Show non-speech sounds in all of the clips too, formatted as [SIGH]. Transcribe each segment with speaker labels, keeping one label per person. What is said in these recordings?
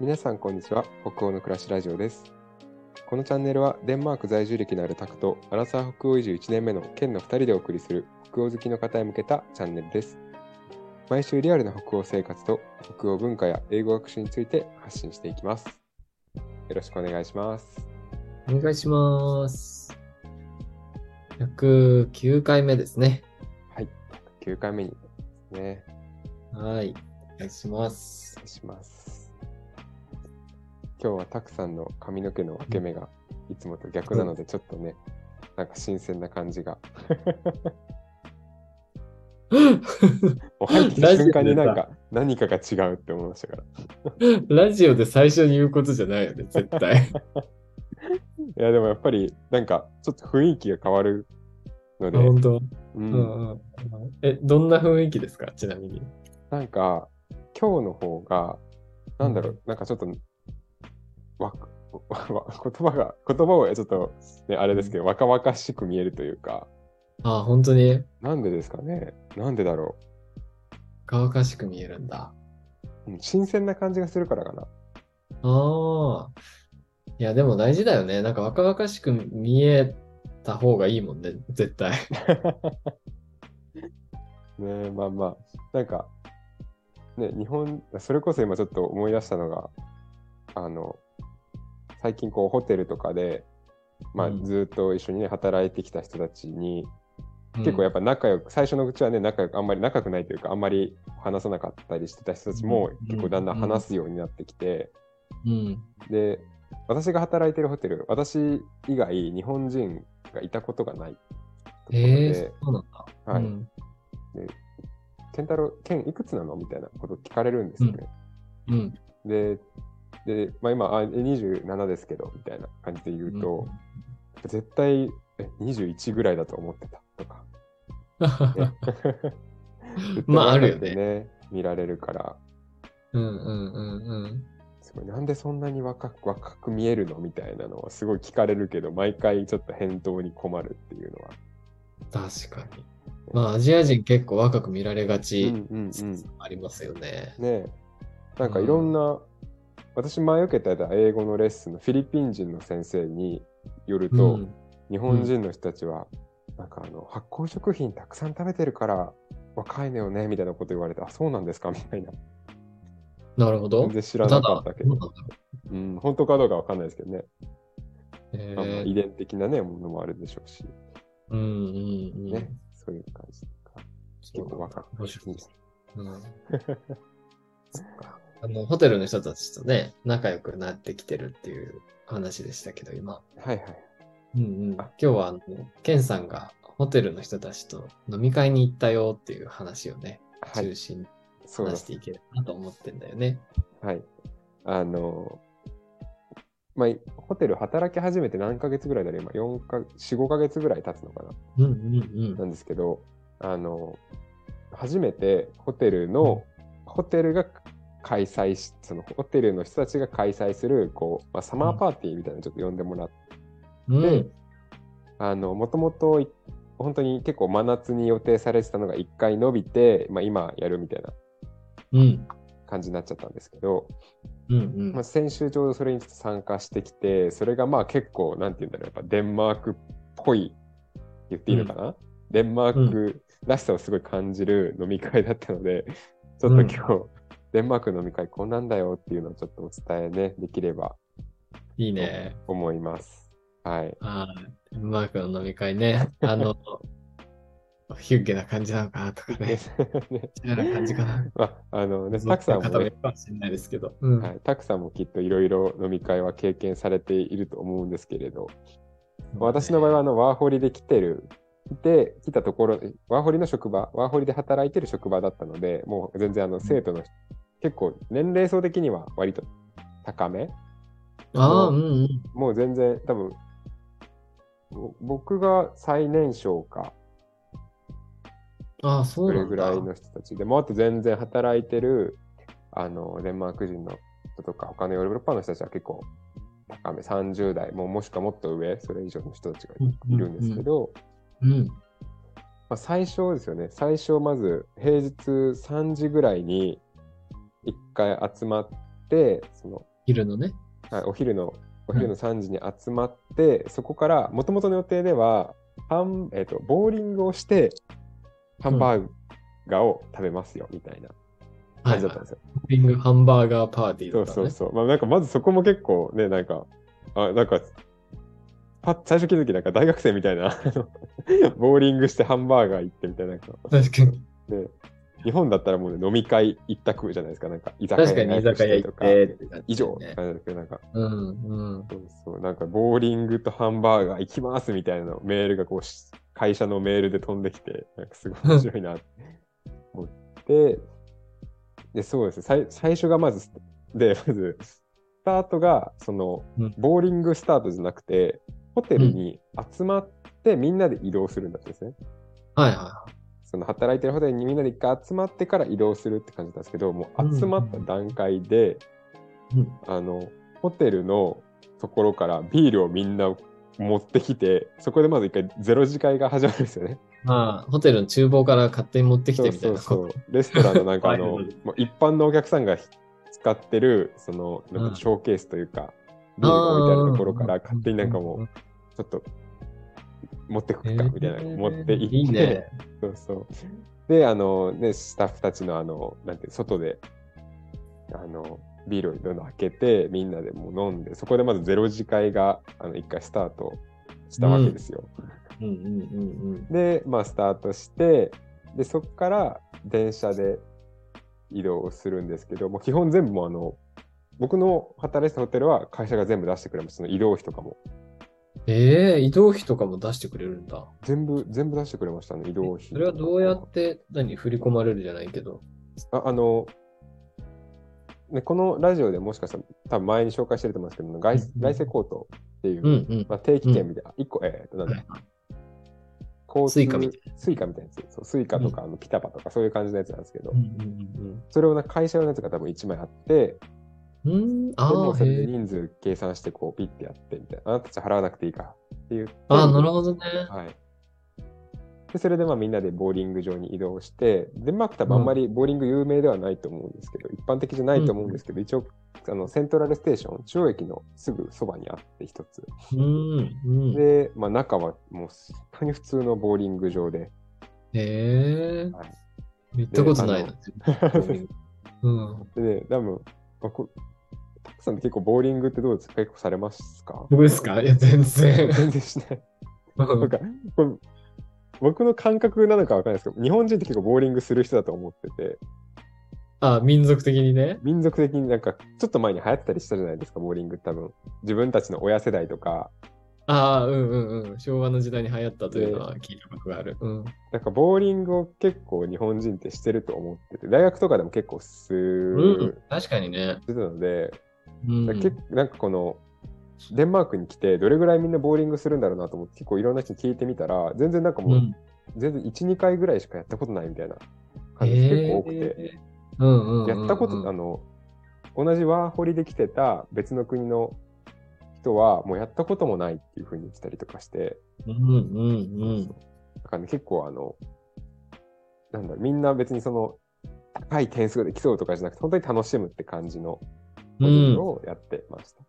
Speaker 1: 皆さんこんにちは北欧の暮らしラジオですこのチャンネルはデンマーク在住歴のあるタクとアラサー北欧移住1年目の県の2人でお送りする北欧好きの方へ向けたチャンネルです毎週リアルな北欧生活と北欧文化や英語学習について発信していきますよろしくお願いします
Speaker 2: お願いします。109回目ですね。
Speaker 1: はい9回目にね
Speaker 2: はい。お願いします
Speaker 1: お
Speaker 2: [LAUGHS]
Speaker 1: 願。いします今日はたくさんの髪の毛の分け目がいつもと逆なのでちょっとね、なんか新鮮な感じがお入ってきた瞬間になんか何かが違うって思いましたから。
Speaker 2: ラジオで最初に言うことじゃないよね、絶
Speaker 1: [LAUGHS]
Speaker 2: 対。
Speaker 1: いやでもやっぱりなんかちょっと雰囲気が変わるので、
Speaker 2: 本当、
Speaker 1: う
Speaker 2: うんんうん、え、どんな雰囲気ですかちなみに。
Speaker 1: なんか今日の方がなんだろう、なんかちょっとわ [LAUGHS] わわ言葉が言葉をちょっと、ね、あれですけど若々しく見えるというか
Speaker 2: ああ、本当に
Speaker 1: なんでですかねなんでだろ
Speaker 2: 乾かしく見えるんだ。
Speaker 1: う、うん、新鮮な感じがするからかな
Speaker 2: ああ。いや、でも大事だよね。なんか若々しく見えた方がいいもんね、絶対。
Speaker 1: [LAUGHS] ねえまあまあなんかね日本それこそ今ちょっと思い出したのがあの最近こうホテルとかで、まあ
Speaker 2: う、ん
Speaker 1: ずっと一緒にね働いてきた人たちに、結構やっ
Speaker 2: ぱ、
Speaker 1: ぱ仲良く最初のうちはね仲良くあんまり仲良くないというかあんまり話さなかったりしてた人たちも
Speaker 2: うん
Speaker 1: 結構だんだん
Speaker 2: うん
Speaker 1: 話すようになってきて、
Speaker 2: うん。
Speaker 1: で私が働いてるホテル私以外日本人がいたことがないところ
Speaker 2: ええ
Speaker 1: で、
Speaker 2: そうなんだ。
Speaker 1: はい
Speaker 2: うん
Speaker 1: 健太郎、健いくつなのみたいなこと聞かれるんですよね。
Speaker 2: うん。
Speaker 1: で、でまあ、今あ、え27ですけど、みたいな感じで言うと、絶対え21ぐらいだと思ってたとか、ね絶対
Speaker 2: [LAUGHS] まああるよね
Speaker 1: 若くね。見られるから、
Speaker 2: うんうんうんうん。
Speaker 1: すごい、なんでそんなに若く若く見えるのみたいなのはすごい聞かれるけど、毎回ちょっと返答に困るっていうのは。
Speaker 2: 確かに。まあ、アジア人結構若く見られが
Speaker 1: うん
Speaker 2: ち、
Speaker 1: うんうん。ね
Speaker 2: ありますよね。
Speaker 1: えなんかいろんな、私前受けてた英語のレッスンのフィリピン人の先生によると、
Speaker 2: うん
Speaker 1: 日本人の人たちは、なんかあの発酵食品たくさん食べてるから若いのよねみたいなこと言われてあそうなんですかみたいな
Speaker 2: なるほど
Speaker 1: 全。然知
Speaker 2: た
Speaker 1: らな
Speaker 2: だ、ど
Speaker 1: か
Speaker 2: う
Speaker 1: っ
Speaker 2: な
Speaker 1: た
Speaker 2: ん
Speaker 1: けど
Speaker 2: だろ
Speaker 1: うん、本当かどうかわかんないですけどね、
Speaker 2: うへ
Speaker 1: まあまあ
Speaker 2: え
Speaker 1: 遺伝的なねものもあるでしょうし、
Speaker 2: うんうんうん。
Speaker 1: ねそういう感じか
Speaker 2: そう
Speaker 1: 結構若く
Speaker 2: 面白いです
Speaker 1: う
Speaker 2: うん。そっかあのホテルの人たちとね、仲良くなってきてるっていう話でしたけど、今。
Speaker 1: んはいはい
Speaker 2: うんうん、今
Speaker 1: あ
Speaker 2: 日はあの、ケンさんがホテルの人たちと飲み会に行ったよっていう話をね、
Speaker 1: は
Speaker 2: 中
Speaker 1: い
Speaker 2: 心に
Speaker 1: そうで
Speaker 2: 話し
Speaker 1: す
Speaker 2: ていければなと思ってんだよね。
Speaker 1: はいあのまあホテル働き始めて何ヶ月ぐらいだろう今4か45ヶ月ぐらい経つのかな
Speaker 2: うんうんう。
Speaker 1: なんんですけど、あの、初めてホテルの、ホテルが開催し、そのホテルの人たちが開催する、こう、まあ、サマーパーティーみたいなのちょっと呼んでもらって、
Speaker 2: うん。
Speaker 1: あの、もともと、本当に結構真夏に予定されてたのが1回延びて、まあ、今やるみたいな
Speaker 2: うん。
Speaker 1: 感じになっちゃったんですけど、
Speaker 2: うんうん
Speaker 1: まあ、先週ちょうどそれにちょっと参加してきて、それがまあ結構、なんて言うんだろう、やっぱデンマークっぽい、言っていいのかな、デンマークらしさをすごい感じる飲み会だったので、ちょっと今日、デンマークの飲み会こんなんだよっていうのをちょっとお伝えね、できれば
Speaker 2: いいね。
Speaker 1: と思います。はい。
Speaker 2: はい。デンマークの飲み
Speaker 1: [LAUGHS]
Speaker 2: 会ね。あの、ヒュッゲな感じなのかなとかね。
Speaker 1: ね
Speaker 2: チラな感じか
Speaker 1: [LAUGHS]
Speaker 2: な。
Speaker 1: まあ、あのね、 [LAUGHS] たくさんも、
Speaker 2: 方もい
Speaker 1: ね
Speaker 2: る、かもしれないですけど。うん。
Speaker 1: はい、たくさんもきっといろいろ飲み会は経験されていると思うんですけれど、私の場合はあのワーホリで来てる、で、来たところ、ワーホリの職場、ワーホリで働いてる職場だったので、もう全然あの生徒の、結構年齢層的には割と高め。
Speaker 2: ああ、うんうん。
Speaker 1: もう全然多分、ぼ僕が最年少か、
Speaker 2: ああ、そ
Speaker 1: そう
Speaker 2: な
Speaker 1: れ
Speaker 2: んだ。
Speaker 1: ぐらいの人たちで、もうあと全然働いてる、あの、デンマーク人の人とか、他のヨーロッパの人たちは結構高め、30代、もうもしくはもっと上、それ以上の人たちがいるんですけど、
Speaker 2: うん。うん。
Speaker 1: まあ、最初ですよね最初まず平日3時ぐらいに一回集まってその
Speaker 2: 昼のね。
Speaker 1: はい、お昼のお昼の3時に集まって、そこからもともとの予定ではハン、えっとボーリングをしてハンバーガーを食べますよみたいな
Speaker 2: は
Speaker 1: 感
Speaker 2: い、
Speaker 1: じだっ
Speaker 2: は
Speaker 1: たんですよ。
Speaker 2: い。リングハンバーガーパーティ
Speaker 1: そう
Speaker 2: ーだったのね。
Speaker 1: そうそう。まあなんかまずそこも結構ね、なんか、あなんか、パッ最初気づきなんか大学生みたいな、あのボーリングしてハンバーガー行ってみたいな、なんか、
Speaker 2: 確かに。
Speaker 1: ね、日本だったらもうね飲み会一択じゃないですか、なんか居酒屋
Speaker 2: 確かに居
Speaker 1: 予約
Speaker 2: 酒
Speaker 1: し
Speaker 2: 屋
Speaker 1: て
Speaker 2: 行
Speaker 1: と
Speaker 2: っ
Speaker 1: か
Speaker 2: てって感じだよね、
Speaker 1: 以上なんですけど、なんか、
Speaker 2: うんうん。
Speaker 1: そうそう、なんかボーリングとハンバーガー行きますみたいなのメールがこうし、会社のメールで飛んできて、なんかすごい面白いなって思って、で、そうですね、最最初がまず、で、まず、スタートが、その
Speaker 2: うん、
Speaker 1: ボーリングスタートじゃなくて、ホテルに集まってみんなで移動するんだったんですね。
Speaker 2: はいはいは
Speaker 1: その働いてるホテルにみんなで一回集まってから移動するって感じだったんですけど、もう集まった段階で、
Speaker 2: い。うん
Speaker 1: あの、ホテルのところからビールをみんな持ってきて、そこでまず一回ゼロ次会が始まるんですよね。
Speaker 2: まあ、ホテルの厨房から勝手に持ってきてみたいな。
Speaker 1: そうそうそうレストランのなんかあの
Speaker 2: ワイルドで、
Speaker 1: もう一般のお客さんが使ってる、その、なん
Speaker 2: うん
Speaker 1: かショーケースというか、ビールが置いてあるところから勝手になんかもう、ちょっと、持ってく
Speaker 2: え
Speaker 1: か
Speaker 2: ー
Speaker 1: みたいなの持っていって、
Speaker 2: いいね。
Speaker 1: そうそう。で、あの、ね、スタッフたちの、あの、なんて、外で、あの、ビールをどんどん開けて、みんなでもう飲んで、そこでまずゼロ次会が、あの、一回スタートしたわけですよ。
Speaker 2: うんうんうんうん。
Speaker 1: で、まあ、スタートして、で、そこから電車で移動するんですけど、もう基本全部もうあの、僕の働いてたホテルは会社が全部出してくれます。その移動費とかも。
Speaker 2: ええ移動費とかも出してくれるんだ。
Speaker 1: 全部、全部出してくれましたね、移動費。
Speaker 2: それはどうやって、何、振り込まれるじゃないけど。
Speaker 1: ああの、ね、このラジオでもしかしたら多分前に紹介してると思うんですけど、外
Speaker 2: うん
Speaker 1: 外政コートっていう、
Speaker 2: うんうん。
Speaker 1: まあ、定期券みたいな、一個、えー、となんだ、交通
Speaker 2: スイカみた
Speaker 1: スイカみたいなやつ。そうスイカとか、あのピタパとかそういう感じのやつなんですけど、
Speaker 2: うんうん
Speaker 1: それをなんか会社用のやつが多分1枚あって、
Speaker 2: うんうん。うん、
Speaker 1: で
Speaker 2: あ
Speaker 1: もう
Speaker 2: あ、
Speaker 1: それ
Speaker 2: へ
Speaker 1: で
Speaker 2: え。
Speaker 1: 人数計算してこうピッてやってみたいな、あなたたち払わなくていいからっていう。
Speaker 2: ああ、なるほどね。
Speaker 1: はい。で、それでまあみんなでボーリング場に移動して、デンマーク多分あんまりボーリング有名ではないと思うんですけど、一般的じゃないと思うんですけど、一応、あのセントラルステーション、中央駅のすぐそばにあって一つ。
Speaker 2: うんうん。へ
Speaker 1: で、まあ中はもう本当に普通のボーリング場で、
Speaker 2: え
Speaker 1: はい。
Speaker 2: 行ったことないな。うん。
Speaker 1: で、ね、多分、まあ、こたくさんって結構ボーリングってどうですか結構されますか
Speaker 2: 僕ですかいや、
Speaker 1: [LAUGHS]
Speaker 2: 全然。
Speaker 1: 全然しない。
Speaker 2: う
Speaker 1: なん
Speaker 2: ん
Speaker 1: か、これ僕の感覚なのかわかんないですけど、日本人って結構ボーリングする人だと思ってて、
Speaker 2: [LAUGHS] あ、民族的にね。
Speaker 1: 民族的になんか、ちょっと前に流行ってたりしたじゃないですか、ボーリング多分。自分たちの親世代とか、
Speaker 2: ああ、うんうんうん。昭和の時代に流行ったというのは聞いたことがある。うん。
Speaker 1: なんかボーリングを結構日本人ってしてると思ってて、大学とかでも結構す
Speaker 2: うん
Speaker 1: る、
Speaker 2: 確かにね。
Speaker 1: してたので、
Speaker 2: うん
Speaker 1: だから結なんかこの、デンマークに来て、どれぐらいみんなボーリングするんだろうなと思って、結構いろんな人に聞いてみたら、全然なんかもう、
Speaker 2: うん
Speaker 1: 全然1、2回ぐらいしかやったことないみたいな感じが結構多くて。
Speaker 2: えーうんうんうんうん
Speaker 1: やったこと、あの、同じワーホリで来てた別の国の人は、もうやったこともないっていうふうに言ってたりとかして、
Speaker 2: うんうんうん。
Speaker 1: だからね、結構あの、なんだろうみんな別にその、高い点数で競うとかじゃなくて、本当に楽しむって感じの
Speaker 2: う
Speaker 1: ボーリング
Speaker 2: ん、
Speaker 1: をやってました。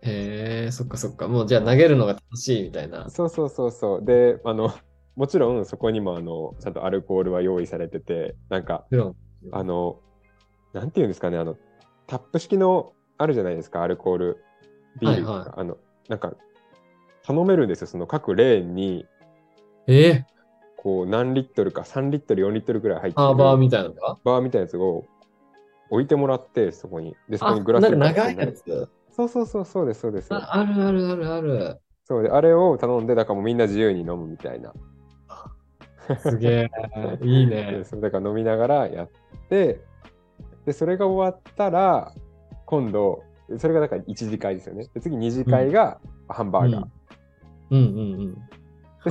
Speaker 2: へえ、そっかそっか。もうじゃあ投げるのが楽しいみたいな。
Speaker 1: そうそうそうそう。で、あの、もちろんそこにもあの、ちゃんとアルコールは用意されてて、なんか、
Speaker 2: でも
Speaker 1: あの、なんていうんですかね、あの、タップ式のあるじゃないですか、アルコール、ビールとか、
Speaker 2: はいは
Speaker 1: あの、なんか、頼めるんですよ、その各レーンに、
Speaker 2: えー、
Speaker 1: こう、何リットルか、3リットル、4リットルぐらい入ってる
Speaker 2: ハーバーみたいなのが
Speaker 1: バーみたいなやつを置いてもらって、そこに。で、そこ
Speaker 2: あ、
Speaker 1: にグラス
Speaker 2: なんか
Speaker 1: 一杯
Speaker 2: 長い
Speaker 1: そんな
Speaker 2: やつ。
Speaker 1: そうそうそう、そうです、そうです。
Speaker 2: ああるあるあるある。
Speaker 1: そうで、あれを頼んで、だからもうみんな自由に飲むみたいな。
Speaker 2: す
Speaker 1: [LAUGHS]
Speaker 2: げえ、 [LAUGHS] いい
Speaker 1: で
Speaker 2: ね。
Speaker 1: それだから飲みながらやって、で、それが終わったら、今度、それがだから1次会ですよね。で、次2次会がハンバーガー。
Speaker 2: うんうんうん。
Speaker 1: で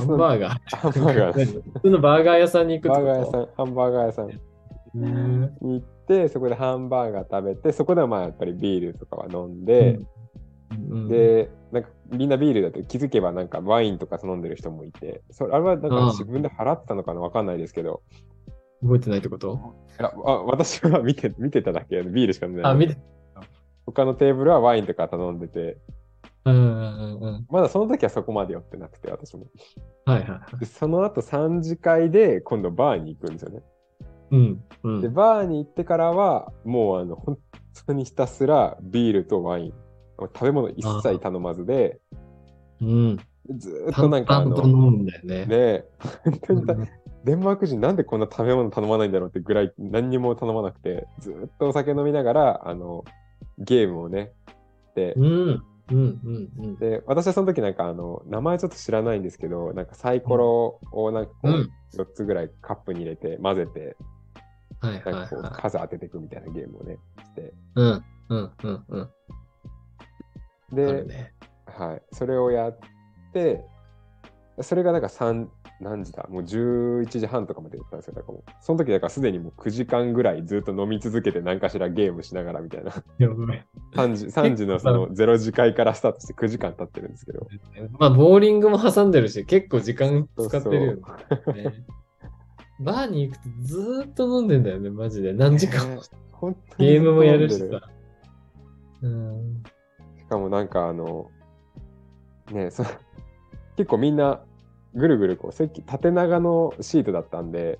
Speaker 2: ハ
Speaker 1: そ
Speaker 2: ン
Speaker 1: の
Speaker 2: バーガー。
Speaker 1: ハンバーガー
Speaker 2: [LAUGHS]
Speaker 1: です。
Speaker 2: 普通のバーガー屋さんに行くっ
Speaker 1: バ
Speaker 2: て
Speaker 1: ー
Speaker 2: こと
Speaker 1: ガー屋さん、ハンバーガー屋さんに
Speaker 2: ね
Speaker 1: 行って、そこでハンバーガー食べて、そこではまあやっぱりビールとかは飲ん
Speaker 2: え
Speaker 1: で、
Speaker 2: うんうん、
Speaker 1: で、なんかみんなビールだと気づけばなんかワインとか頼んでる人もいて、それあれはなんか
Speaker 2: ああ
Speaker 1: 自分で払ったのかなわかんないですけど、
Speaker 2: 覚えてないってこと
Speaker 1: いやあ私は見て見てただけ、ビールしか飲んでない。
Speaker 2: あ、見て。
Speaker 1: 他のテーブルはワインとか頼んでて、
Speaker 2: うんうんうんうん。
Speaker 1: まだその時はそこまで寄ってなくて、私も。
Speaker 2: はいはいはい。
Speaker 1: でその後3次会で今度バーに行くんですよね。
Speaker 2: うん。う
Speaker 1: で、
Speaker 2: ん、
Speaker 1: バーに行ってからは、もうあの、本当にひたすらビールとワイン、食べ物一切頼まずで、
Speaker 2: うん。
Speaker 1: ずーっとなんかあ
Speaker 2: 淡
Speaker 1: の、
Speaker 2: 々と飲むんだよね。
Speaker 1: ね、本当にた
Speaker 2: うん
Speaker 1: デンマーク人なんでこんな食べ物頼まないんだろうってぐらい何にも頼まなくて、ずーっとお酒飲みながら、あの、ゲームをね、で、
Speaker 2: うん。うん。うん。うん。
Speaker 1: で、私はその時なんかあの、名前ちょっと知らないんですけど、なんかサイコロをなんかこ
Speaker 2: う。
Speaker 1: うん4つぐらいカップに入れて混ぜて、
Speaker 2: はいはい
Speaker 1: なんかこう
Speaker 2: はい。
Speaker 1: 数当てていくみたいなゲームをね、して、
Speaker 2: うん。うん。うん。うん。あ
Speaker 1: で
Speaker 2: る、ね。
Speaker 1: はい、それをやって、それがなんか3、何時だもう11時半とかまでやったんですよ。だからもうその時だからすでにもう9時間ぐらいずっと飲み続けて何かしらゲームしながらみたいな。
Speaker 2: やばい。
Speaker 1: 3時 ,3 時のその0時会からスタートして9時間経ってるんですけど。
Speaker 2: まあ、ボーリングも挟んでるし、結構時間使ってるよね。ね [LAUGHS] バーに行くとずーっと飲んでんだよね、マジで。何時間も
Speaker 1: ね。本当に
Speaker 2: ゲームもやるし
Speaker 1: 飲んで
Speaker 2: さ。うん。
Speaker 1: しかもなんかあの、ねその [LAUGHS] 結構みんなぐるぐるこう席縦長のシートだったんで、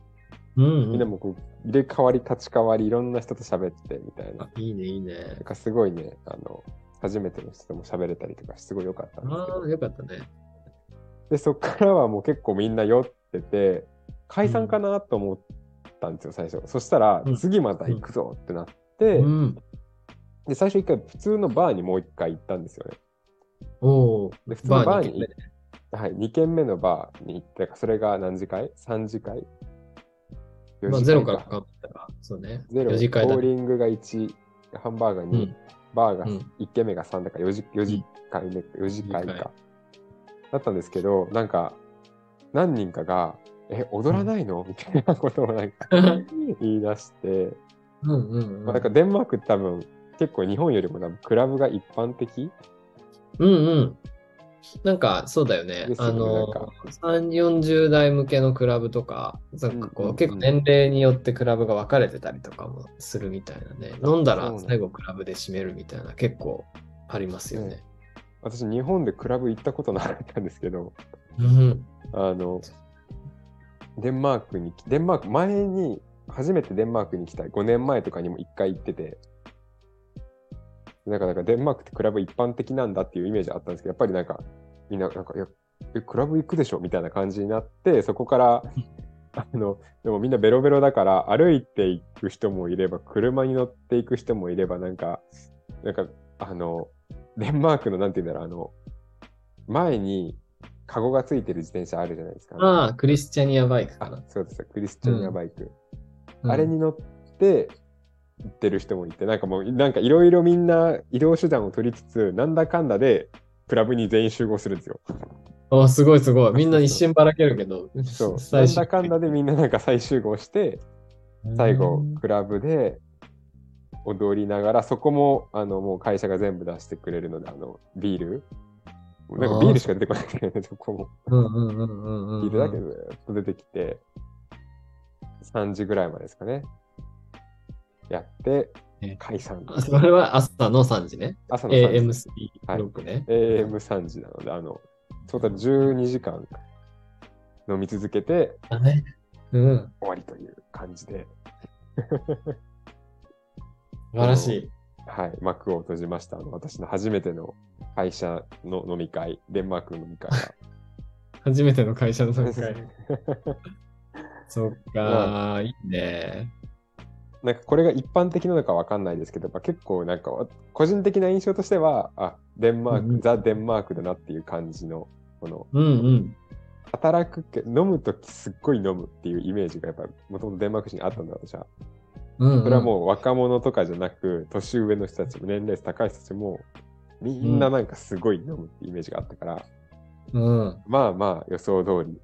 Speaker 2: うん、
Speaker 1: みんなもこう入れ替わり立ち替わりいろんな人と喋ってみたいな。
Speaker 2: いいね、いいね
Speaker 1: なん。かすごいね、あの、初めての人とも喋れたりとかすごい良かったんですけ
Speaker 2: ああ、
Speaker 1: ど。
Speaker 2: よかったね。
Speaker 1: で、そっからはもう結構みんな酔ってて、解散かなと思ったんですよ、最初。そしたら
Speaker 2: うん、
Speaker 1: 次また行くぞってなって、
Speaker 2: うん。
Speaker 1: で、最初一回普通のバーにもう一回行ったんですよね。
Speaker 2: おお。
Speaker 1: で、普通のバー
Speaker 2: 行
Speaker 1: に
Speaker 2: けるね
Speaker 1: はい、2軒目のバーに行って、それが何時会 ?3 時会
Speaker 2: まあ、ゼロからかかったら、そうね。
Speaker 1: ゼロ、ボ
Speaker 2: 4次会だ
Speaker 1: ー
Speaker 2: ね。
Speaker 1: リングが1、ハンバーガー
Speaker 2: う
Speaker 1: 2、
Speaker 2: ん。
Speaker 1: バーが
Speaker 2: うん
Speaker 1: 1軒目が3だから4時 ,4 時間目、4時間か。だったんですけど、なんか、何人かが、え、踊らないのみたいなことをなんか
Speaker 2: [LAUGHS]
Speaker 1: 言い出して、
Speaker 2: うんうん
Speaker 1: まあ、
Speaker 2: うん。
Speaker 1: なんかデンマークって多分、結構日本よりも多分クラブが一般的
Speaker 2: うんうん。なんか、そうだよね
Speaker 1: で。すよ
Speaker 2: あ
Speaker 1: ね
Speaker 2: の
Speaker 1: なんか、
Speaker 2: 3、40代向けのクラブとか、なんかこ
Speaker 1: う
Speaker 2: う、
Speaker 1: んうんうん
Speaker 2: 結構年齢によってクラブが分かれてたりとかもするみたいなね。飲んだ
Speaker 1: そう
Speaker 2: ら
Speaker 1: なんだ
Speaker 2: 最後クラブで締めるみたいな、結構ありますよね。
Speaker 1: 私、日本でクラブ行ったことなかったんですけど、
Speaker 2: うん。
Speaker 1: あの、デンマークに来、デンマーク、前に、初めてデンマークに来た5年前とかにも1回行ってて、なんかなんかデンマークってクラブ一般的なんだっていうイメージあったんですけど、やっぱりなんか、みんな、なんか、いや、え、クラブ行くでしょみたいな感じになって、そこから、あの、でもみんなベロベロだから、歩いていく人もいれば、車に乗っていく人もいれば、なんか、なんか、あの、デンマークの、なんて言うんだろう、あの、前に、カゴがついてる自転車あるじゃないですか。
Speaker 2: ああ、クリスチャニアバイクか
Speaker 1: あ
Speaker 2: な。
Speaker 1: そうですクリスチャニアバイク、
Speaker 2: うん
Speaker 1: あれに乗って行ってる人もいてなんかもうなんかいろいろみんな移動手段を取りつつなんだかんだでクラブに全員集合するんですよ。
Speaker 2: おすごいすごい。みんな一瞬ばらけるけど、
Speaker 1: そうな
Speaker 2: [LAUGHS] 最
Speaker 1: ん
Speaker 2: 終
Speaker 1: だかんだでみんななんか再集合して最後クラブで踊りながらそこもあのもう会社が全部出してくれるのであのビールなんかビールしか出てこない [LAUGHS] けどねそこも
Speaker 2: うんうんうんうんうん。
Speaker 1: ビールだけずーっと出てきて、3時ぐらいまでですかね。やって
Speaker 2: ね、
Speaker 1: 解散。
Speaker 2: あそれは朝の3時ね。
Speaker 1: 朝の3時。
Speaker 2: AM3 ブロックね。
Speaker 1: AM3 時なので、あの、トータル12時間飲み続けて
Speaker 2: だね。うん。
Speaker 1: 終わりという感じで、
Speaker 2: 素晴らしい。
Speaker 1: はい、幕を閉じました。あの私の初めての会社の飲み会、デンマークの飲み会
Speaker 2: [LAUGHS]
Speaker 1: が。
Speaker 2: 初めての会社の参加。そっか、いいね。
Speaker 1: なんかこれが一般的なのかわかんないですけど、まあ、結構なんかわ個人的な印象としては、あ、デンマーク、
Speaker 2: うん
Speaker 1: ザ・デンマークだなっていう感じの、この、
Speaker 2: うんうん。
Speaker 1: 働くけ、飲むときすっごい飲むっていうイメージがやっぱ、もともとデンマーク人にあったんだ、私は。
Speaker 2: うんうん、
Speaker 1: それはもう若者とかじゃなく、年上の人たちも、年齢高い人たちも、みんななんかすごい飲むってイメージがあったから、
Speaker 2: うん。
Speaker 1: まあまあ予想通り。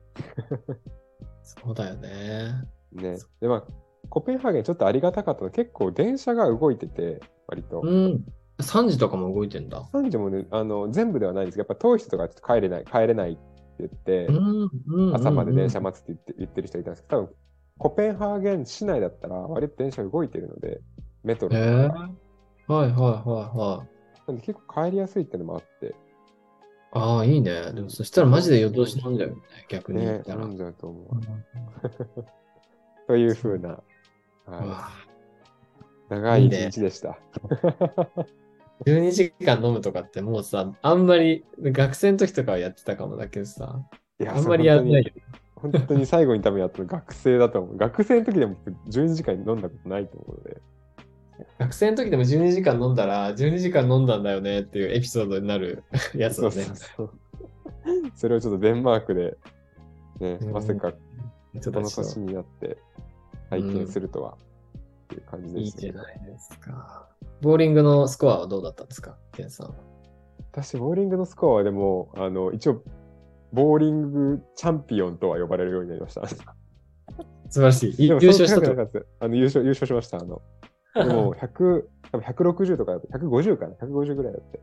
Speaker 2: そうだよね。
Speaker 1: ね。で、まあ、コペンハーゲンちょっとありがたかったのは、結構電車が動いてて、割と。
Speaker 2: うん。3時とかも動いてんだ。
Speaker 1: 三時もね、あの全部ではないんですけど、やっぱ遠い人とかちょっと帰れない、帰れないって言って
Speaker 2: う、んうん。
Speaker 1: 朝まで電車
Speaker 2: ま
Speaker 1: 待つって言って言ってる人いたんですけど、多分コペンハーゲン市内だったら、割と電車動いてるので、メトロ
Speaker 2: で。へ
Speaker 1: と
Speaker 2: え
Speaker 1: か、
Speaker 2: はいはいはいはい。
Speaker 1: なんで結構帰りやすいってのもあって、
Speaker 2: ああ、いいね。でもそしたらマジで夜通し飲んじゃうよね。逆に言
Speaker 1: ね
Speaker 2: っ、たら。
Speaker 1: 頼んじゃうと思
Speaker 2: う
Speaker 1: う。
Speaker 2: ん
Speaker 1: というふうな、
Speaker 2: う
Speaker 1: は
Speaker 2: わ
Speaker 1: い、長い
Speaker 2: いい
Speaker 1: 一
Speaker 2: ね
Speaker 1: 日でした。
Speaker 2: 12時間飲むとかってもうさ、あんまり学生の時とかはやってたかもだけどさ、
Speaker 1: いや
Speaker 2: あんまりやらないよ。
Speaker 1: 本当に本当に最後に多分やったの学生だと思う。学生の時でも12時間飲んだことないと思うので。
Speaker 2: 学生の時でも12時間飲んだら、12時間飲んだんだよねっていうエピソードに
Speaker 1: [LAUGHS]
Speaker 2: なるやつ
Speaker 1: そ
Speaker 2: だ
Speaker 1: う
Speaker 2: ね。
Speaker 1: そうそう。それをちょっとデンマークで、ね、
Speaker 2: うん
Speaker 1: まさか
Speaker 2: ちょっ
Speaker 1: ことの
Speaker 2: ちょっ
Speaker 1: 年
Speaker 2: と
Speaker 1: になって体験するとは、っていう感じ
Speaker 2: い
Speaker 1: で
Speaker 2: い
Speaker 1: す
Speaker 2: じ
Speaker 1: ね
Speaker 2: ゃ。ないですか。ボーリングのスコアはどうだったんですか、ケンさんは。
Speaker 1: 私、ボーリングのスコアはでも、あの、一応、ボーリングチャンピオンとは呼ばれるようになりました。
Speaker 2: 素晴らしい。い
Speaker 1: で
Speaker 2: 優
Speaker 1: も
Speaker 2: 勝した
Speaker 1: そ
Speaker 2: と
Speaker 1: んな高くなかったですあの優勝優勝しました。あ
Speaker 2: [LAUGHS]
Speaker 1: の、で
Speaker 2: か。
Speaker 1: も、100、多分160とかだった、150かな、150ぐらいだって。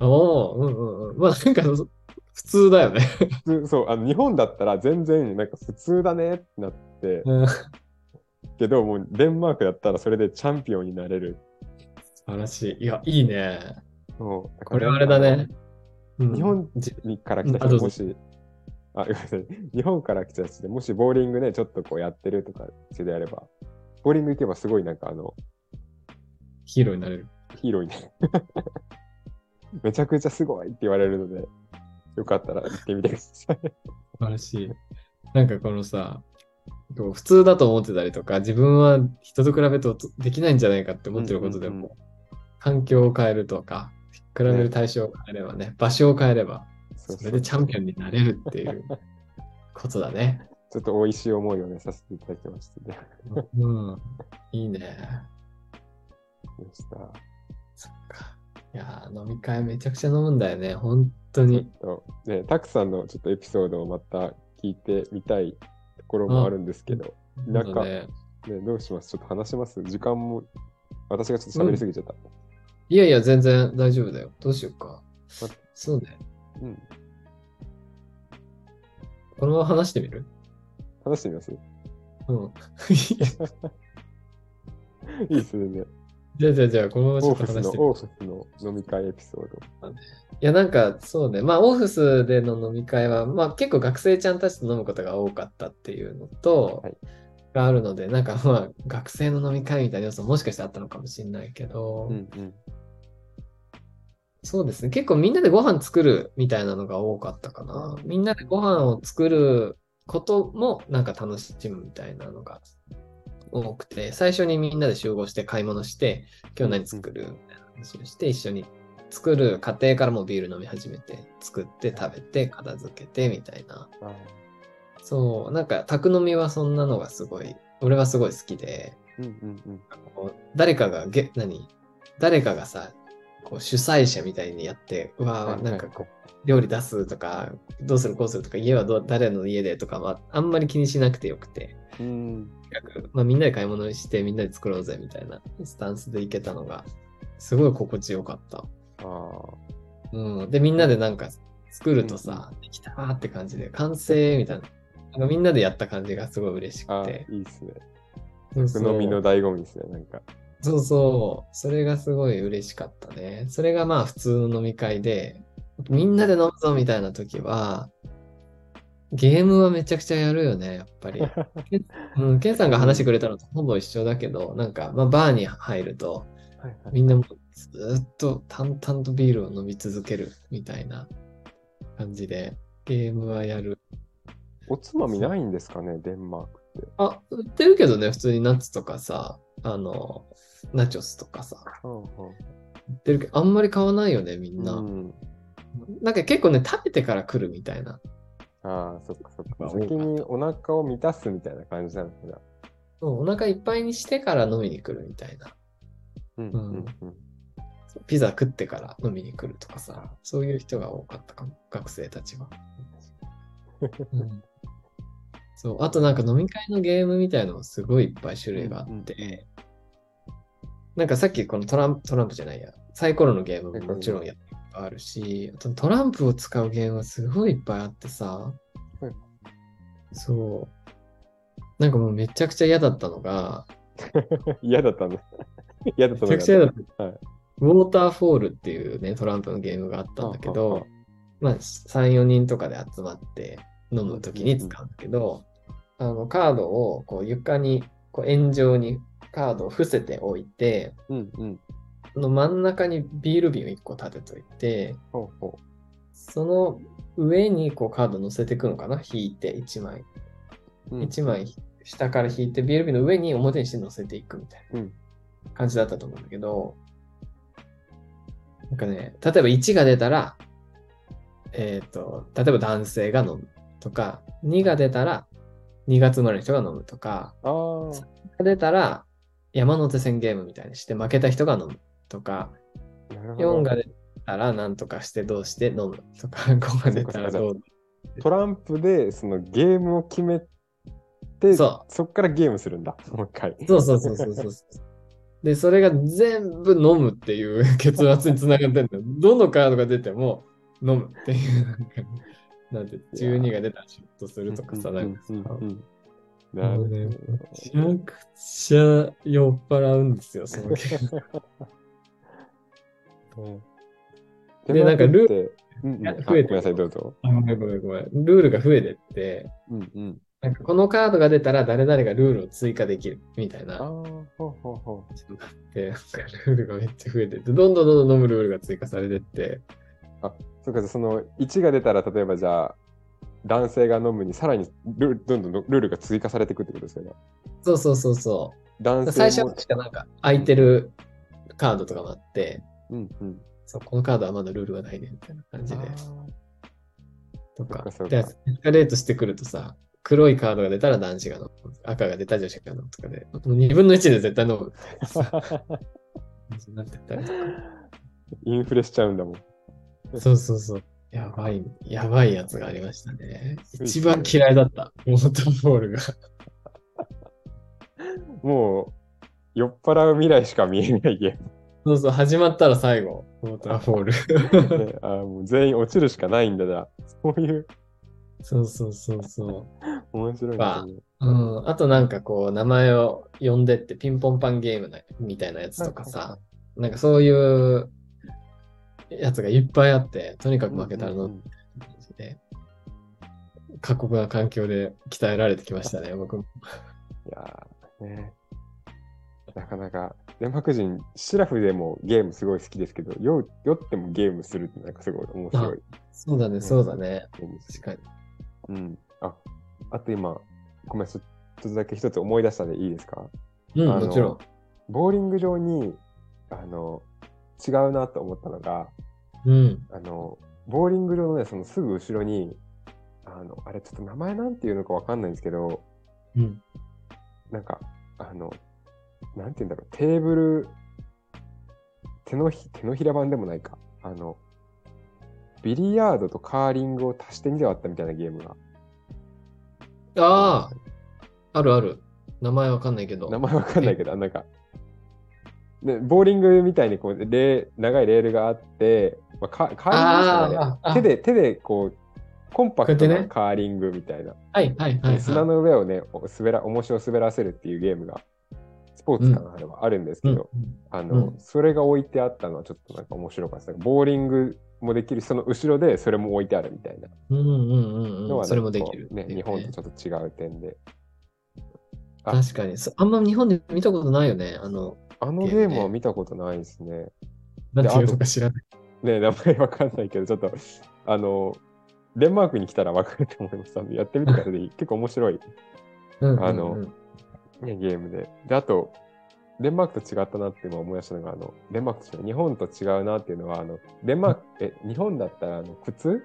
Speaker 2: おお、うんうんうん。まあなんか、そ普通だよね。 [LAUGHS]
Speaker 1: 普通、そう、あの日本だったら全然、なんか普通だねってなって、
Speaker 2: うん素
Speaker 1: けど、もうデンマークだったらそれでチャンピオンになれる。
Speaker 2: 晴らしい。いや、いいね。
Speaker 1: もう
Speaker 2: これはあれだね。。うん
Speaker 1: 日本
Speaker 2: じ
Speaker 1: 日から来た
Speaker 2: うんあど
Speaker 1: 人
Speaker 2: うぞ
Speaker 1: もし、あ、ごめんなさい。日本から来た人でもしボーリングね、ちょっとこうやってるとか、であれば、ボーリング行けばすごいなんかあの、
Speaker 2: ヒーローになれる。
Speaker 1: ヒーローに [LAUGHS] ね。めちゃくちゃすごいって言われるので、よかったら行ってみてください。
Speaker 2: 素晴らしい。なんかこのさ、こう普通だと思ってたりとか、自分は人と比べておとできないんじゃないかって思ってることで
Speaker 1: うんうんうん
Speaker 2: も、環境を変えるとか、比べる対象を変えればね、場所を変えれば、
Speaker 1: そう
Speaker 2: そ
Speaker 1: そう
Speaker 2: れでチャンピオンになれるっていう
Speaker 1: [LAUGHS]
Speaker 2: ことだね。
Speaker 1: ちょっと美味しい思いをね、させていただきましたね。
Speaker 2: うん。いいね。
Speaker 1: でした。
Speaker 2: そっか。いやー、飲み会めちゃくちゃ飲むんだよね、本当に。
Speaker 1: ちょっとね、たくさんのちょっとエピソードをまた聞いてみたいところもあるんですけど、なんか
Speaker 2: そうね
Speaker 1: ね、どうしますちょっと話します時間も、私がちょっと喋りすぎちゃった。
Speaker 2: いやいや、全然大丈夫だよ。どうしようか
Speaker 1: ま。
Speaker 2: そうね。
Speaker 1: うん。
Speaker 2: このまま話してみる
Speaker 1: 話してみます
Speaker 2: うん。
Speaker 1: いいですね。
Speaker 2: じゃあじゃあじゃあ、このままちょ
Speaker 1: オ
Speaker 2: っ
Speaker 1: フ
Speaker 2: と
Speaker 1: ィス
Speaker 2: 話し
Speaker 1: の、
Speaker 2: てみる。
Speaker 1: オフィスの飲み会エピソード。
Speaker 2: いや、なんかそうね。まあ、オフィスでの飲み会は、まあ結構学生ちゃんたちと飲むことが多かったっていうのと、
Speaker 1: はい
Speaker 2: があるので、なんかまあ学生の飲み会みたいな要素もしかしてあったのかもしれないけど、
Speaker 1: うんうん。
Speaker 2: そうですね。結構みんなでご飯作るみたいなのが多かったかな。みんなでご飯を作ることもなんか楽しむみたいなのが多くて、最初にみんなで集合して買い物して、今日何作るみたいな話をして、一緒に作る過程からもうビール飲み始めて、作って食べて片付けてみたいな。
Speaker 1: あ
Speaker 2: そう、なんか宅飲みはそんなのがすごい、俺はすごい好きで、
Speaker 1: うんうんうん。
Speaker 2: こう誰かがげ、何誰かがさ、こう主催者みたいにやって、う
Speaker 1: はい
Speaker 2: わ
Speaker 1: は
Speaker 2: ー
Speaker 1: い
Speaker 2: なんかこう、料理出すとか、どうするこうするとか、家はどう誰の家でとかは、あんまり気にしなくてよくて、
Speaker 1: うん。
Speaker 2: とにかくまあ、みんなで買い物して、みんなで作ろうぜみたいなスタンスで行けたのが、すごい心地よかった。
Speaker 1: ああ。
Speaker 2: うん、で、みんなでなんか作るとさ、できたーって感じで、完成みたいな。なんかみんなでやった感じがすごい嬉し
Speaker 1: あ
Speaker 2: くて。
Speaker 1: いいですね。
Speaker 2: そう
Speaker 1: く
Speaker 2: そう
Speaker 1: のみの醍醐味ですね、なんか。
Speaker 2: そうそう。それがすごい嬉しかったね。それがまあ普通の飲み会で、みんなで飲むぞみたいな時は、ゲームはめちゃくちゃやるよね、やっぱり。うん、ケンさんが話してくれたのとほぼ一緒だけど、なんか、まあ、バーに入ると、
Speaker 1: はいはい
Speaker 2: みんなもうずっと淡々とビールを飲み続けるみたいな感じで、ゲームはやる。
Speaker 1: おつまみないんですかね、デンマークって。
Speaker 2: あ、売ってるけどね、普通にナッツとかさ、あの、ナチョスとかさ、売ってるけど、あんまり買わないよね、みんな。
Speaker 1: うん。
Speaker 2: なんか結構ね、食べてから来るみたいな。
Speaker 1: ああ、そっかそっか。
Speaker 2: まあ
Speaker 1: 先にお腹を満たすみたいな感じなのかな。
Speaker 2: そうお腹いっぱいにしてから飲みに来るみたいな。
Speaker 1: うん
Speaker 2: うん
Speaker 1: うん。 [LAUGHS]
Speaker 2: そうピザ食ってから飲みに来るとかさ、そういう人が多かったかも、学生
Speaker 1: [LAUGHS]
Speaker 2: たちは。うんそう、あとなんか飲み会のゲームみたいのもすごいいっぱい種類があって、
Speaker 1: うんうん
Speaker 2: なんかさっきこのトランプ、トランプじゃないや、サイコロのゲームももちろんやっていっぱいあるし、あとトランプを使うゲームはすごいいっぱいあってさ、
Speaker 1: はい
Speaker 2: そう、なんかもうめちゃくちゃ嫌だったのが、
Speaker 1: 嫌だったんだ。 [LAUGHS] 嫌だったの
Speaker 2: めち
Speaker 1: が
Speaker 2: ゃくちゃ嫌だった、
Speaker 1: はい
Speaker 2: ウォーターフォールっていうね、トランプのゲームがあったんだけど、
Speaker 1: はあは
Speaker 2: まあ、3、4人とかで集まって飲むときに使うんだけど、あのカードをこう床に、こう円状にカードを伏せておいて、
Speaker 1: うんうん。
Speaker 2: その真ん中にビール瓶を1個立てといて、
Speaker 1: ほうほ
Speaker 2: その上にこうカード乗せていくのかな引いて1枚。
Speaker 1: う。うん
Speaker 2: 1枚下から引いて、ビール瓶の上に表にして乗せていくみたい
Speaker 1: うん
Speaker 2: な感じだったと思うんだけど、なんかね、例えば1が出たら、えっ、と、例えば男性が飲むとか、2が出たら、2月生まれの人が飲むとか、
Speaker 1: あー
Speaker 2: 3が出たら、山手線ゲームみたいにして負けた人が飲むとか、
Speaker 1: なるほど
Speaker 2: 4が出たら何とかしてどうして飲む
Speaker 1: [LAUGHS]
Speaker 2: とか、5が出たらどう
Speaker 1: トランプでそのゲームを決めて、
Speaker 2: そ
Speaker 1: っからゲームするんだ。もう一回。
Speaker 2: そうそうそうそうそうそう。で、それが全部飲むっていう [LAUGHS] 結末につながってるの。どのカードが出ても飲むっていう、なんかなんて、12が出たらシュッとするとかさ、
Speaker 1: うんう
Speaker 2: なんんか
Speaker 1: うん
Speaker 2: さ
Speaker 1: う、んな
Speaker 2: もう
Speaker 1: る
Speaker 2: ねめちゃくちゃ酔っ払うんですよ、そのゲーム。
Speaker 1: ほどね。
Speaker 2: でなんかルー
Speaker 1: ル
Speaker 2: が
Speaker 1: ー
Speaker 2: 増えてる
Speaker 1: ごめんなさい、どうぞ。
Speaker 2: [LAUGHS] あごめんごめんごめん。ルールが増えてって、
Speaker 1: うんうん。
Speaker 2: なんかこのカードが出たら誰々がルールを追加できるみたい
Speaker 1: あ
Speaker 2: な
Speaker 1: あ、。ほうほうほ
Speaker 2: で、なんかルールがめっちゃ増えてって、どんどんどんどん飲むルールが追加されてって、
Speaker 1: う。そうか、その1が出たら、例えばじゃあ、男性が飲むにさらにルールどんどんルールが追加されていくってことですよね。
Speaker 2: そうそうそうそう。
Speaker 1: 男
Speaker 2: 最
Speaker 1: 性
Speaker 2: 初
Speaker 1: も
Speaker 2: し。かなんか空いてるカードとかもあって、
Speaker 1: うんうん。
Speaker 2: そうこのカードはまだルールがないねみたいな感じで。
Speaker 1: あ
Speaker 2: と
Speaker 1: そっ
Speaker 2: か
Speaker 1: かそっ。か
Speaker 2: で、エスカレートしてくるとさ、黒いカードが出たら男子が飲む、赤が出たら女子が飲むとかで、もう2分の1で絶対飲むみたいなさ
Speaker 1: ー
Speaker 2: 感じになってったりと
Speaker 1: インフレしちゃうんだもん。
Speaker 2: か。そうそうそう。やばい、やばいやつがありましたね。一番嫌いだった、モーターボールが。
Speaker 1: もう、酔っ払う未来しか見えないゲー
Speaker 2: [LAUGHS]
Speaker 1: ム
Speaker 2: そうそう、始まったら最後、モーターボール。
Speaker 1: ね、あーもう全員落ちるしかないんだな。そういう
Speaker 2: そうそうそうそう。
Speaker 1: 面白いですね。
Speaker 2: うん、あとなんかこう名前を呼んでってピンポンパンゲームなみたいなやつとか
Speaker 1: はいは
Speaker 2: さ、なんかそういうやつがいっぱいあって、とにかく負けたら
Speaker 1: う
Speaker 2: の
Speaker 1: ん
Speaker 2: で、過酷な環境で鍛えられてきましたね、僕も。
Speaker 1: いやーね。なかなか、デンマーク人、シラフでもゲームすごい好きですけど、酔酔ってもゲームするってなんかすごい面白い
Speaker 2: そうだね、そうだね。
Speaker 1: ゲームです
Speaker 2: 確かに。
Speaker 1: うん。あ、あと今、ごめん、ちょっとだけ一つ思い出したんでいいですか
Speaker 2: うん、
Speaker 1: あの
Speaker 2: もちろん。
Speaker 1: ボーリング場に、あの、違うなと思ったのが、
Speaker 2: うん。
Speaker 1: あの、ボーリング場のね、そのすぐ後ろに、あの、あれ、ちょっと名前なんていうのかわかんないんですけど、
Speaker 2: うん。
Speaker 1: なんか、あの、なんて言うんだろう、テーブル、手のひ、手のひら版でもないか。あの、ビリヤードとカーリングを足して2で割ったみたいなゲームが。
Speaker 2: ああ、あるある。名前わかんないけど。
Speaker 1: 名前わかんないけど、あなんか、で、ボーリングみたいにこう、レー長いレールがあって、まあ、カカーリングです
Speaker 2: あーあ
Speaker 1: か
Speaker 2: あ
Speaker 1: ね。手で、手でこう、コンパクト
Speaker 2: こうやっ
Speaker 1: な
Speaker 2: てね
Speaker 1: カーリングみたいな。
Speaker 2: はいはいはい、
Speaker 1: で
Speaker 2: はい。
Speaker 1: 砂の上をね、お滑ら、重しを滑らせるっていうゲームが、スポーツかな、あれはあるんですけ
Speaker 2: う
Speaker 1: ど、
Speaker 2: ん
Speaker 1: あの、
Speaker 2: うん
Speaker 1: それが置いてあったのはちょっとなんか面白かったです。ボーリングもできる、その後ろでそれも置いてあるみたいな
Speaker 2: うんうんうん
Speaker 1: のは
Speaker 2: うん。
Speaker 1: ね、
Speaker 2: それもで
Speaker 1: こ
Speaker 2: き
Speaker 1: う
Speaker 2: る。
Speaker 1: ね。日本とちょっと違う点で。あ
Speaker 2: 確かに。そあんま日本で見たことないよね。あの、
Speaker 1: あの
Speaker 2: ゲーム
Speaker 1: ゲ
Speaker 2: ね
Speaker 1: ームは見たことないですね。
Speaker 2: なんていう
Speaker 1: あと
Speaker 2: のか知らない。
Speaker 1: ね名前わかんないけど、ちょっと、あの、デンマークに来たらわかると思います。あのやってみてくださ
Speaker 2: [LAUGHS]
Speaker 1: い。結構面白い、
Speaker 2: うんうんうん
Speaker 1: あのね、ゲームで。で、あと、デンマークと違ったなって今思い出したのが、あの、デンマークと違う、日本と違うなっていうのは、あの、デンマーク、え、日本だったら、あの、靴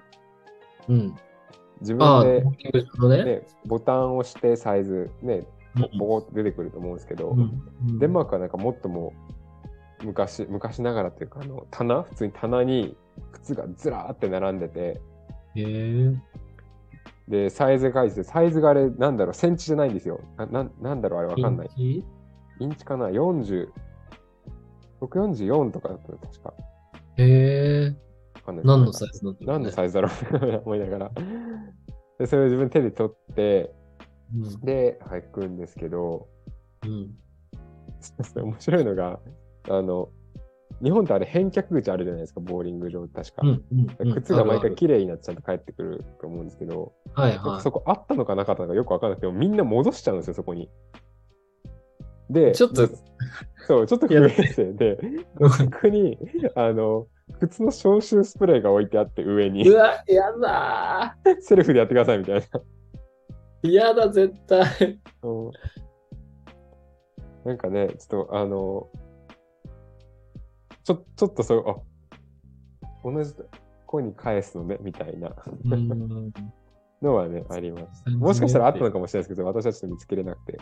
Speaker 2: うん。
Speaker 1: 自
Speaker 2: ああ、
Speaker 1: 分で
Speaker 2: ボウリング場のね。
Speaker 1: ね、ボタンを押してサイズ、ね、
Speaker 2: うん
Speaker 1: ボコッと出てくると思うんですけど、
Speaker 2: うん
Speaker 1: デンマークはなんかもっともう昔、昔ながらというか、あの、棚、普通に棚に靴がずらーって並んでて、
Speaker 2: へえ。
Speaker 1: で、サイズが書いてて、サイズがあれ、なんだろう、センチじゃないんですよ。な、なんなんだろう、あれわかんない。
Speaker 2: インチ
Speaker 1: インチかな ?40、644とかだったの確か。
Speaker 2: へえ。
Speaker 1: わかんない
Speaker 2: 何のサイズなんだろうね
Speaker 1: 何のサイズだろう [LAUGHS] 思いながら。で、それを自分手で取って、で、はい、くんですけど、
Speaker 2: うん。うん
Speaker 1: そう [LAUGHS] 面白いのが、あの、日本ってあれ返却口あるじゃないですか、ボーリング場確か。
Speaker 2: うんうんうん
Speaker 1: 靴が毎回
Speaker 2: ある
Speaker 1: 綺麗になっちゃって帰ってくると思うんですけど、
Speaker 2: あるはいは
Speaker 1: そこあったのかなかったのかよくわからなくても、みんな戻しちゃうんですよ、そこに。で、
Speaker 2: い。ちょっと、
Speaker 1: そう、ちょっと不衛生で、
Speaker 2: う
Speaker 1: 逆に、あの、靴の消臭スプレーが置いてあって上に、
Speaker 2: わ、やだ
Speaker 1: セルフでやってくださいみたいな。
Speaker 2: ー。やだ、絶対。
Speaker 1: そうなんかね、ちょっとあの、ちょちょっとそう、あ同じ声に返すのねみたいな
Speaker 2: うん
Speaker 1: のはね、あります。もしかしたらあったのかもしれないですけど、私はちょっと見つけれなくて、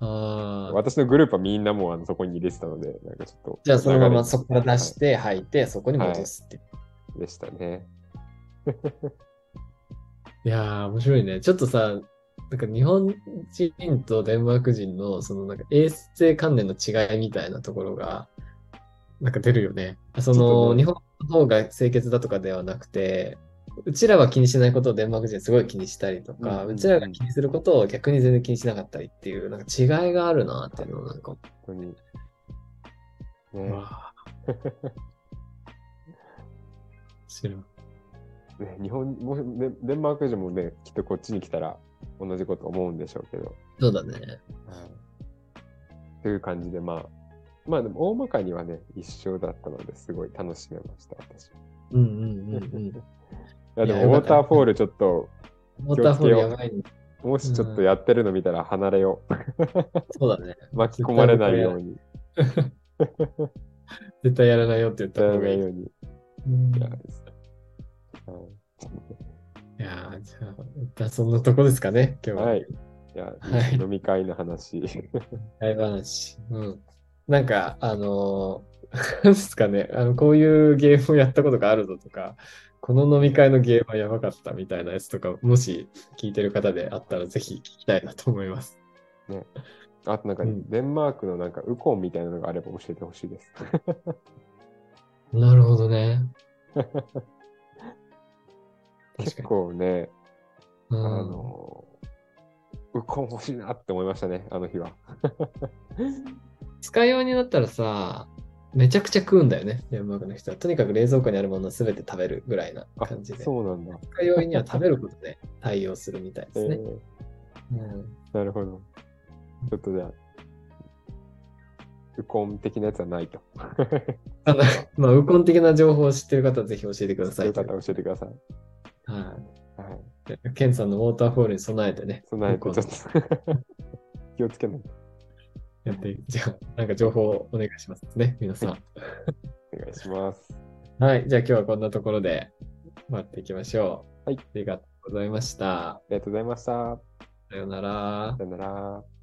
Speaker 2: あー
Speaker 1: 私のグループはみんなもうあのそこに入れてたので、なんかちょっと。
Speaker 2: じゃあ、そのまま
Speaker 1: 流れ
Speaker 2: そこから出して、吐いて、そこに戻すっていう。
Speaker 1: でしたね。
Speaker 2: いやー、面白いね。ちょっとさ、なんか日本人とデンマーク人の、そのなんか衛生観念の違いみたいなところが、なんか出るよね。
Speaker 1: ちょ
Speaker 2: そ
Speaker 1: っと
Speaker 2: の、
Speaker 1: ね
Speaker 2: 日本の方が清潔だとかではなくて、うちらは気にしないことをデンマーク人はすごい気にしたりとか、
Speaker 1: う
Speaker 2: うん
Speaker 1: うんうん
Speaker 2: ちらが気にすることを逆に全然気にしなかったりっていう、なんか違いがあるなっていうのをなんか、
Speaker 1: 本当に。ね
Speaker 2: わ
Speaker 1: [LAUGHS]
Speaker 2: ー面白い。
Speaker 1: ね日本もね、デンマーク人もね、きっとこっちに来たら同じこと思うんでしょうけど。
Speaker 2: そうだね。
Speaker 1: という感じで、まあ、まあでも大まかにはね、一緒だったのですごい楽しめました、私。い
Speaker 2: うんうんうんうん。
Speaker 1: や、で
Speaker 2: いやよ
Speaker 1: もウォ
Speaker 2: かっ
Speaker 1: ー
Speaker 2: た
Speaker 1: ターフォールちょっと、
Speaker 2: ウォーターフォールやばいね。
Speaker 1: もしちょっとやってるの見たら離れよう。
Speaker 2: そうだね。
Speaker 1: 巻き込まれないよう
Speaker 2: [LAUGHS]
Speaker 1: に。
Speaker 2: 絶対やらないよって言った
Speaker 1: やら
Speaker 2: 方が
Speaker 1: ないい
Speaker 2: い。
Speaker 1: ように。
Speaker 2: うん
Speaker 1: いや
Speaker 2: い
Speaker 1: はい
Speaker 2: やーじゃあ、一旦そんなとこですかね、今日は。
Speaker 1: はい。いや、
Speaker 2: はい
Speaker 1: 飲み会の話。 [LAUGHS]
Speaker 2: 会話話。うん。なんか、あの [LAUGHS] ーなんですかね、あの、こういうゲームをやったことがあるぞとか、この飲み会のゲームはやばかったみたいなやつとか、もし聞いてる方であったら、ぜひ聞きたいなと思います。
Speaker 1: あとなんか、
Speaker 2: うん
Speaker 1: デンマークのなんかウコンみたいなのがあれば教えてほしい
Speaker 2: [LAUGHS]
Speaker 1: です。
Speaker 2: なるほどね。確か
Speaker 1: 結
Speaker 2: に。
Speaker 1: 構ね、あ
Speaker 2: あ
Speaker 1: の、ウコン欲しいなって思いましたね、あの日は。
Speaker 2: 使いようになったらさ、めちゃくちゃ食うんだよね、デンマークの人は。とにかく冷蔵庫にあるものは全て食べるぐらいな
Speaker 1: あ
Speaker 2: 感じで。
Speaker 1: そうなんだ。
Speaker 2: 使いようには食べることで [LAUGHS] 対応するみたいで
Speaker 1: え
Speaker 2: すね。
Speaker 1: ー
Speaker 2: うん
Speaker 1: なるほど。ちょっとじゃあ、ウコン的なやつはないと。
Speaker 2: ただ、まあ、ウコン的な情報を知ってる方はぜひ教えてください。
Speaker 1: よかったら教えてください。
Speaker 2: はい
Speaker 1: はい。
Speaker 2: でケンさんのウォーターフォールに備えてね、
Speaker 1: 備え
Speaker 2: ウコ
Speaker 1: て
Speaker 2: ン
Speaker 1: ちょっと [LAUGHS] 気をつけないと
Speaker 2: やって、じゃあ、なんか情報をお願いしますね、皆さん。
Speaker 1: お願いします。
Speaker 2: はい、じゃあ今日はこんなところで終わっていきましょう。
Speaker 1: はい
Speaker 2: ありがとうございました。
Speaker 1: ありがとうございました。
Speaker 2: さようなら
Speaker 1: さ。よなら。